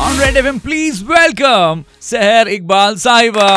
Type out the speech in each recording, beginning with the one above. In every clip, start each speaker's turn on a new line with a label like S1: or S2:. S1: On red FM please welcome Sahar Iqbal साहिबा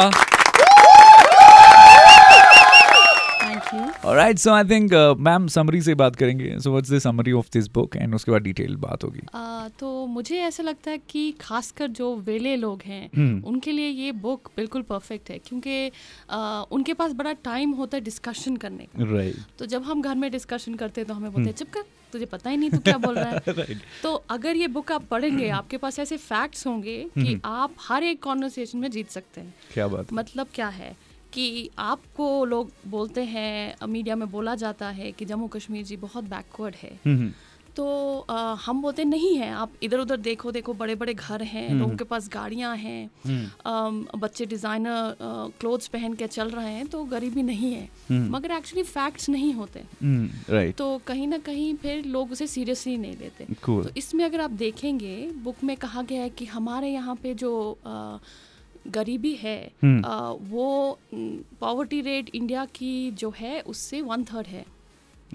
S2: thank you
S1: alright so I think ma'am summary uh, से बात करेंगे so what's the summary of this book and उसके बाद detail बात होगी
S2: आ, तो मुझे ऐसा लगता है कि खासकर जो वेले लोग हैं
S1: हम्म।
S2: उनके लिए ये बुक बिल्कुल परफेक्ट है क्योंकि आ, उनके पास बड़ा टाइम होता है डिस्कशन करने का
S1: राइट
S2: तो जब हम घर में डिस्कशन करते हैं तो हमें बोलते हैं चुप कर तुझे पता ही नहीं तू क्या बोल रहा है तो अगर ये बुक आप पढ़ेंगे आपके पास ऐसे फैक्ट्स होंगे कि आप हर एक कॉन्वर्सेशन में जीत सकते हैं
S1: क्या बात
S2: मतलब क्या है कि आपको लोग बोलते हैं मीडिया में बोला जाता है कि जम्मू कश्मीर जी बहुत बैकवर्ड है
S1: हम्म,
S2: तो अ, हम बोलते नहीं है आप इधर उधर देखो देखो बड़े बड़े घर हैं
S1: हम्म।
S2: लोगों के पास गाड़ियां हैं अम, बच्चे डिज़ाइनर क्लोथ्स पहन के चल रहे हैं तो गरीबी नहीं है
S1: हम्म।
S2: मगर एक्चुअली फैक्ट्स नहीं होते
S1: राइट
S2: तो कहीं ना कहीं फिर लोग उसे सीरियसली नहीं लेते
S1: Cool.
S2: तो इसमें अगर आप देखेंगे बुक में कहा गया है कि हमारे यहाँ पे जो अ, गरीबी है
S1: हम्म।
S2: अ, वो पॉवर्टी रेट इंडिया की जो है उससे वन थर्ड है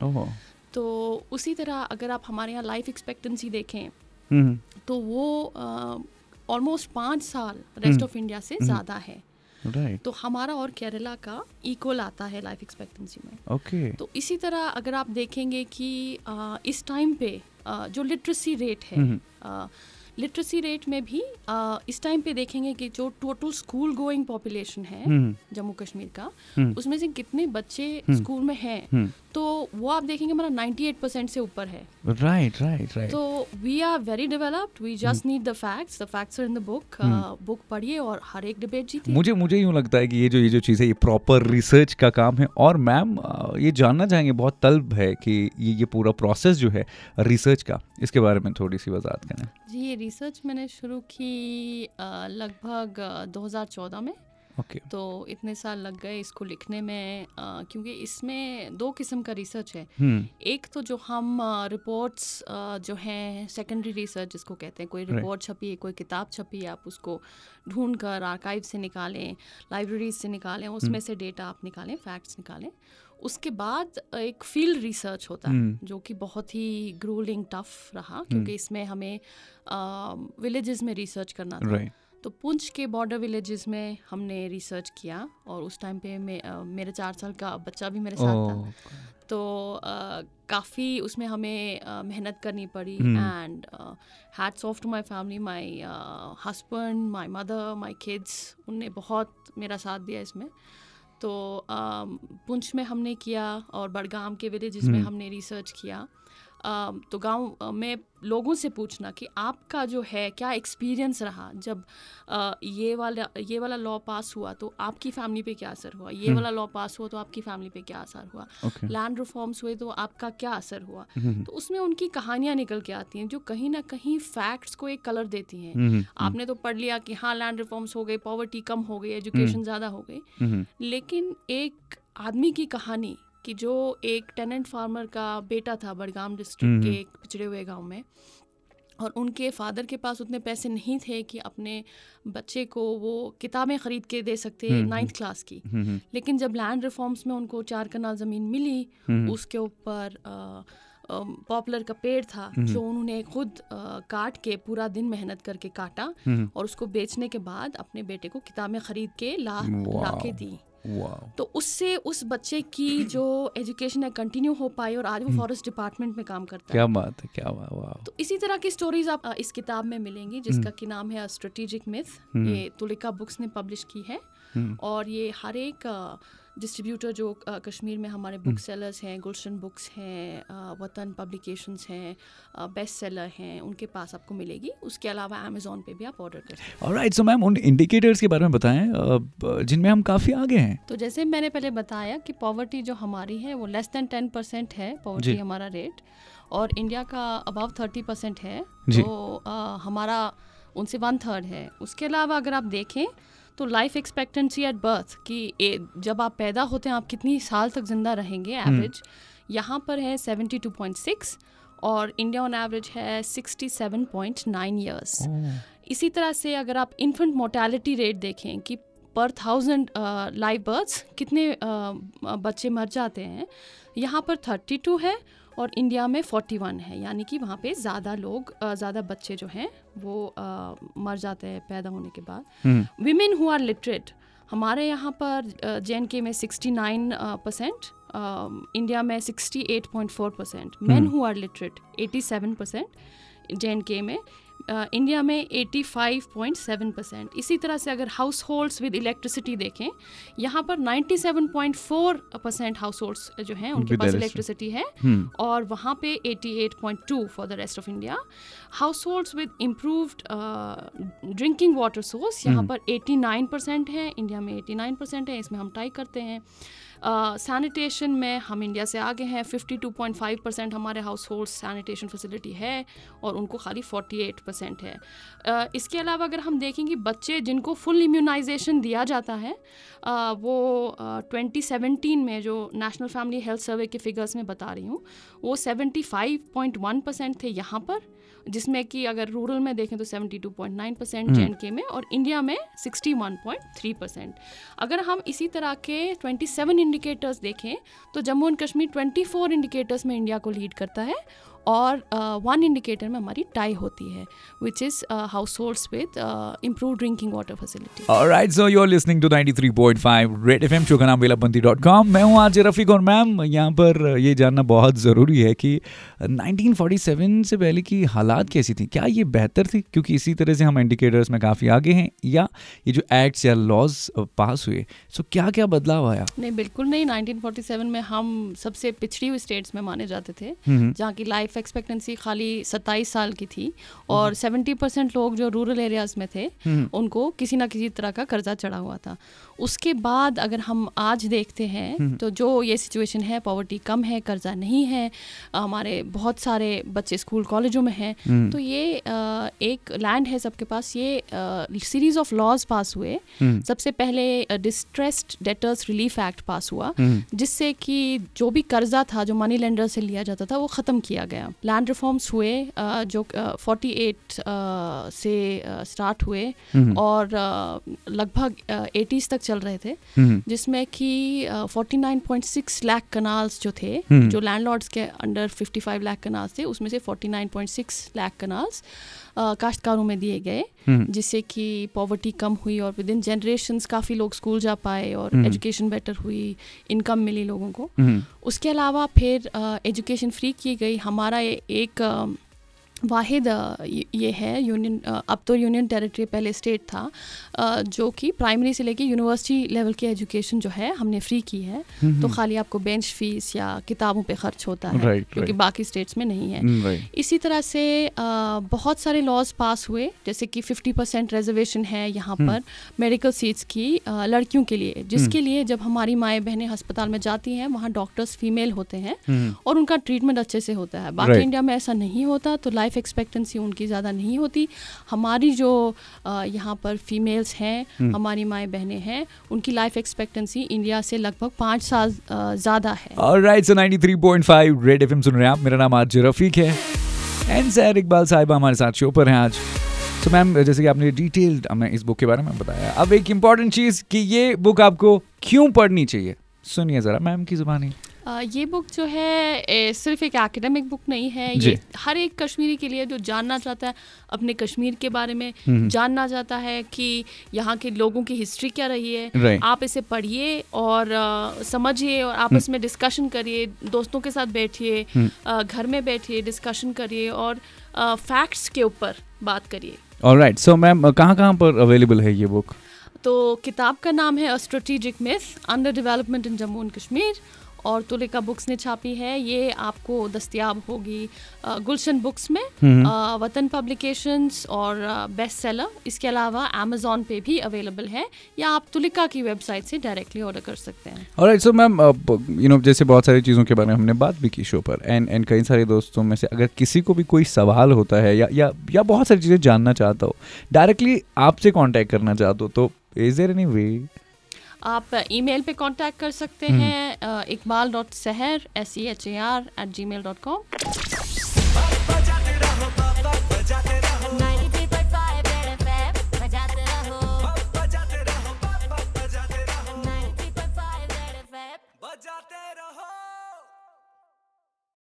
S1: ओह
S2: तो उसी तरह अगर आप हमारे यहाँ लाइफ एक्सपेक्टेंसी देखें
S1: हम्म,
S2: तो वो ऑलमोस्ट पाँच साल
S1: हम्म।
S2: रेस्ट ऑफ इंडिया से ज़्यादा है
S1: राइट
S2: तो हमारा और केरला का इक्वल आता है लाइफ एक्सपेक्टेंसी में
S1: ओके
S2: तो इसी तरह अगर आप देखेंगे कि अ, इस टाइम पे अ, जो लिटरेसी रेट है
S1: हम्म।
S2: लिटरेसी रेट में भी अ, इस टाइम पे देखेंगे कि जो टोटल स्कूल गोइंग पॉपुलेशन है
S1: हम्म।
S2: जम्मू कश्मीर का
S1: हम्म।
S2: उसमें से कितने बच्चे स्कूल में हैं
S1: हम्म।
S2: तो वो आप देखेंगे हमारा 98 परसेंट से ऊपर है
S1: राइट राइट राइट
S2: तो we are very developed we just need the facts the facts are in the book book Uh, पढ़िए और हर एक डिबेट जीतिए
S1: मुझे मुझे यूं लगता है कि ये जो ये जो चीज़ है ये प्रॉपर रिसर्च का काम है और मैम अ, ये जानना चाहेंगे बहुत तलब है कि ये ये पूरा प्रोसेस जो है रिसर्च का इसके बारे में थोड़ी सी वजाहत करें
S2: जी ये रिसर्च मैंने शुरू की अ, लगभग uh, अ, 2014 में
S1: ओके
S2: तो इतने साल लग गए इसको लिखने में अ, क्योंकि इसमें दो किस्म का रिसर्च है
S1: हम्म
S2: एक तो जो हम रिपोर्ट्स जो हैं सेकेंडरी रिसर्च जिसको कहते हैं कोई
S1: Right.
S2: रिपोर्ट छपी कोई किताब छपी आप उसको ढूंढ कर आर्काइव से निकालें लाइब्रेरीज से निकालें
S1: Hmm.
S2: उसमें से डेटा आप निकालें फैक्ट्स निकालें उसके बाद एक फील्ड रिसर्च होता है
S1: Hmm.
S2: जो कि बहुत ही ग्रूलिंग टफ रहा क्योंकि इसमें हमें विलेजेस में रिसर्च करना था
S1: राइट
S2: तो पुंछ के बॉर्डर विलेजेस में हमने रिसर्च किया और उस टाइम पे मे, अ, मेरे चार साल का बच्चा भी मेरे साथ था
S1: ओह
S2: तो काफ़ी उसमें हमें अ, मेहनत करनी पड़ी
S1: Hmm.
S2: And hats off to my family my husband my mother my kids उनने बहुत मेरा साथ दिया इसमें तो अम, पुंछ में हमने किया और बड़गाम के विलेजेस में
S1: Hmm.
S2: हमने रिसर्च किया अम, तो गांव में लोगों से पूछना कि आपका जो है क्या एक्सपीरियंस रहा जब अ, ये वाला ये वाला लॉ पास हुआ तो आपकी फैमिली पे क्या असर हुआ ये वाला लॉ पास हुआ तो आपकी फैमिली पे क्या असर हुआ
S1: ओके
S2: लैंड रिफॉर्म्स हुए तो आपका क्या असर हुआ
S1: हम्म,
S2: तो उसमें उनकी कहानियां निकल के आती हैं जो कहीं ना कहीं फैक्ट्स को एक कलर देती हैं
S1: हम्म,
S2: आपने तो पढ़ लिया कि हाँ लैंड रिफॉर्म्स हो गए पॉवर्टी कम हो गई एजुकेशन ज़्यादा हो गई
S1: हम्म,
S2: लेकिन एक आदमी की कहानी कि जो एक टेनेंट फार्मर का बेटा था बड़गाम डिस्ट्रिक्ट के
S1: हम्म।
S2: एक पिछड़े हुए गांव में और उनके फादर के पास उतने पैसे नहीं थे कि अपने बच्चे को वो किताबें खरीद के दे सकते
S1: हम्म,
S2: नाइन्थ क्लास की
S1: हम्म,
S2: लेकिन जब लैंड रिफॉर्म्स में उनको चार कनाल ज़मीन मिली
S1: हम्म,
S2: उसके ऊपर अ, अम, पॉपुलर का पेड़ था
S1: हम्म।
S2: जो उन्होंने खुद अ, काट के पूरा दिन मेहनत करके काटा
S1: हम्म,
S2: और उसको बेचने के बाद अपने बेटे को किताबें खरीद के ला ला के
S1: वाओ।
S2: दी
S1: वाओ
S2: तो उससे उस बच्चे की जो एजुकेशन है कंटिन्यू हो पाई और आज वो फॉरेस्ट डिपार्टमेंट में काम करता है
S1: हम्म। क्या बात है क्या बात वाओ
S2: तो इसी तरह की स्टोरीज आप अ, इस किताब में मिलेंगी जिसका
S1: हम्म।
S2: की नाम है स्ट्रेटेजिक मिथ ये तुलिका बुक्स ने पब्लिश की है
S1: हम्म,
S2: और ये हर एक डिस्ट्रीब्यूटर जो अ, कश्मीर में हमारे बुक सेलर्स हैं गुलशन बुक्स हैं अ, वतन पब्लिकेशंस हैं बेस्ट सेलर हैं उनके पास आपको मिलेगी उसके अलावा अमेजोन पे भी आप ऑर्डर कर सकते हैं
S1: ऑलराइट सो मैम उन इंडिकेटर्स के बारे में बताएं अ, जिनमें हम काफ़ी आगे हैं
S2: तो जैसे मैंने पहले बताया कि पॉवर्टी जो हमारी है वो लेस देन टेन परसेंट है पॉवर्टी
S1: जी।
S2: हमारा रेट और इंडिया का अबाव थर्टी परसेंट है
S1: जी।
S2: तो अ, हमारा उनसे वन थर्ड है उसके अलावा अगर आप देखें तो लाइफ एक्सपेक्टेंसी एट बर्थ कि ए, जब आप पैदा होते हैं आप कितनी साल तक ज़िंदा रहेंगे
S1: हम्म।
S2: एवरेज यहाँ पर है सेवेंटी टू पॉइंट सिक्स और इंडिया ऑन एवरेज है sixty seven point nine years
S1: Oh.
S2: इसी तरह से अगर आप इन्फेंट मोर्टेलिटी रेट देखें कि पर थाउजेंड लाइव बर्ड्स कितने अ, बच्चे मर जाते हैं यहाँ पर थर्टी टू है और इंडिया में 41 है यानी कि वहाँ पे ज़्यादा लोग ज़्यादा बच्चे जो हैं वो अ, मर जाते हैं पैदा होने के बाद
S1: हम्म,
S2: women who are literate हमारे यहाँ पर जे के में 69 परसेंट इंडिया में 68.4 percent man
S1: Hmm.
S2: Who are literate 87 percent J K में अ, इंडिया में 85.7 परसेंट इसी तरह से अगर हाउस होल्ड्स विद इलेक्ट्रिसिटी देखें यहाँ पर 97.4 परसेंट हाउस होल्ड्स जो हैं उनके
S1: With
S2: पास
S1: electricity.
S2: इलेक्ट्रिसिटी है
S1: हम्म,
S2: और वहाँ पे 88.2 for the rest of India households with improved uh, drinking water source यहाँ पर 89 परसेंट है इंडिया में 89 परसेंट है इसमें हम टाई करते हैं सैनिटेशन में हम इंडिया से आगे हैं 52.5 परसेंट हमारे हाउस होल्ड सैनिटेशन फैसिलिटी है और उनको खाली 48 परसेंट है अ, इसके अलावा अगर हम देखेंगे बच्चे जिनको फुल इम्यूनाइजेशन दिया जाता है अ, वो uh, ट्वेंटी सेवेंटीन में जो नेशनल फैमिली हेल्थ सर्वे के फिगर्स में बता रही हूँ वो 75.1 परसेंट थे यहाँ पर जिसमें कि अगर रूरल में देखें तो 72.9 परसेंट जे के में और इंडिया में 61.3 परसेंट अगर हम इसी तरह के 27 इंडिकेटर्स देखें तो जम्मू एंड कश्मीर 24 इंडिकेटर्स में इंडिया को लीड करता है और वन इंडिकेटर में हमारी टाई होती है which is households with improve drinking water facility
S1: Alright, so you're listening to 93.5 Red FM show का नाम वेलाबंदी.com मैं हूं आरजे रफीक और मैम यहाँ पर ये जानना बहुत ज़रूरी है कि 1947 से पहले की हालात कैसी थी क्या ये बेहतर थी क्योंकि इसी तरह से हम इंडिकेटर्स में काफ़ी आगे हैं या ये जो एक्ट्स या लॉज पास हुए सो क्या क्या बदलाव आया
S2: नहीं बिल्कुल नहीं 1947 में हम सबसे पिछड़ी हुई स्टेट्स में माने जाते थे
S1: हम्म,
S2: जहाँ की लाइफ एक्सपेक्टेंसी खाली 27 साल की थी और 70 परसेंट लोग जो रूरल एरियाज में थे
S1: हम्म,
S2: उनको किसी ना किसी तरह का कर्जा चढ़ा हुआ था उसके बाद अगर हम आज देखते
S1: हम्म,
S2: हैं तो जो ये सिचुएशन है पॉवर्टी कम है कर्जा नहीं है हमारे बहुत सारे बच्चे स्कूल कॉलेजों में हैं
S1: हम्म,
S2: तो ये अ, एक लैंड है सबके पास ये सीरीज ऑफ लॉज पास हुए
S1: हम्म,
S2: सबसे पहले डिस्ट्रेस्ड डेटर्स रिलीफ एक्ट पास हुआ
S1: हम्म,
S2: जिससे कि जो भी कर्जा था जो मनी लेंडर से लिया जाता था वो ख़त्म किया गया लैंड रिफॉर्म्स हुए अ, जो फोर्टी एट से स्टार्ट हुए
S1: हम्म,
S2: और अ, लगभग एटीज़ तक चल रहे थे
S1: हम्म,
S2: जिसमें कि forty nine point six lakh कनाल्स जो थे
S1: हम्म।
S2: जो लैंडलॉर्ड्स के अंडर फिफ्टी फाइव लाख कनाल्स थे उसमें से forty nine point six lakh कनाल्स अ, काश्तकारों में दिए गए
S1: हम्म,
S2: जिससे कि पॉवर्टी कम हुई और विद इन जनरेशन काफ़ी लोग स्कूल जा पाए और
S1: हम्म।
S2: एजुकेशन बेटर हुई इनकम मिली लोगों को
S1: हम्म,
S2: उसके अलावा फिर एजुकेशन फ्री की गई हमारा ए- एक अ, वाहिद अ, ये ये है यूनियन अ, अब तो यूनियन टेरिटरी पहले स्टेट था अ, जो कि प्राइमरी से लेके यूनिवर्सिटी लेवल की एजुकेशन जो है हमने फ्री की है तो
S1: हम्म,
S2: खाली आपको बेंच फीस या किताबों पे खर्च होता है
S1: Right,
S2: क्योंकि
S1: right.
S2: बाकी स्टेट्स में नहीं है
S1: हम्म, right.
S2: इसी तरह से अ, बहुत सारे लॉज पास हुए जैसे कि 50 परसेंट रिजर्वेशन है यहाँ
S1: हम्म।
S2: पर मेडिकल सीट्स की अ, लड़कियों के लिए जिसके लिए जब हमारी माएँ बहनें अस्पताल में जाती हैं वहाँ डॉक्टर्स फीमेल होते हैं
S1: हम्म,
S2: और उनका ट्रीटमेंट अच्छे से होता है बाकी
S1: Right.
S2: इंडिया में ऐसा नहीं होता तो लाइफ एक्सपेक्टेंसी उनकी ज़्यादा नहीं होती हमारी जो अ, यहाँ पर फीमेल्स हैं
S1: हम्म।
S2: हमारी माएँ बहनें हैं उनकी लाइफ एक्सपेक्टेंसी इंडिया से लगभग पाँच साल अ, ज़्यादा है
S1: ऑलराइट सो 93.5 रेड एफएम सुन रहे हैं आप मेरा नाम आरजे रफीक है एंड सैर इकबाल साहिबा हमारे साथ शो पर हैं आज तो मैम जैसे कि आपने डिटेल्ड हमें इस बुक के बारे में बताया अब एक इम्पॉर्टेंट चीज़ कि ये बुक आपको क्यों पढ़नी चाहिए सुनिए ज़रा मैम की जुबानी
S2: अ, ये बुक जो है ए, सिर्फ एक एकेडमिक बुक नहीं है
S1: जी।
S2: ये हर एक कश्मीरी के लिए जो जानना चाहता है अपने कश्मीर के बारे में
S1: हम्म।
S2: जानना चाहता है कि यहाँ के लोगों की हिस्ट्री क्या रही है
S1: राइट
S2: आप इसे पढ़िए और अ, समझिए और आपस में डिस्कशन करिए दोस्तों के साथ बैठिए
S1: हम्म।
S2: अ, घर में बैठिए डिस्कशन करिए और फैक्ट्स के ऊपर बात करिए
S1: ऑलराइट सो मैम कहाँ कहाँ पर अवेलेबल है ये बुक
S2: तो किताब का नाम है strategic myth under development in Jammu and Kashmir और तुलिका बुक्स ने छापी है ये आपको दस्तियाब होगी अ, गुलशन बुक्स में
S1: हम्म।
S2: अ, वतन पब्लिकेशंस और बेस्ट सेलर इसके अलावा अमेजोन पे भी अवेलेबल है या आप तुलिका की वेबसाइट से डायरेक्टली ऑर्डर कर सकते हैं
S1: और सो मैम यू नो जैसे बहुत सारी चीज़ों के बारे में हमने बात भी की शो पर एंड एंड कई सारे दोस्तों में से अगर किसी को भी कोई सवाल होता है या या या बहुत सारी चीज़ें जानना चाहता हो डायरेक्टली आपसे कांटेक्ट करना चाहता हो तो इज देयर एनी वे
S2: आप ईमेल पे E कांटेक्ट कर सकते हैं इकबाल डॉट सहर S C H A R at Gmail dot com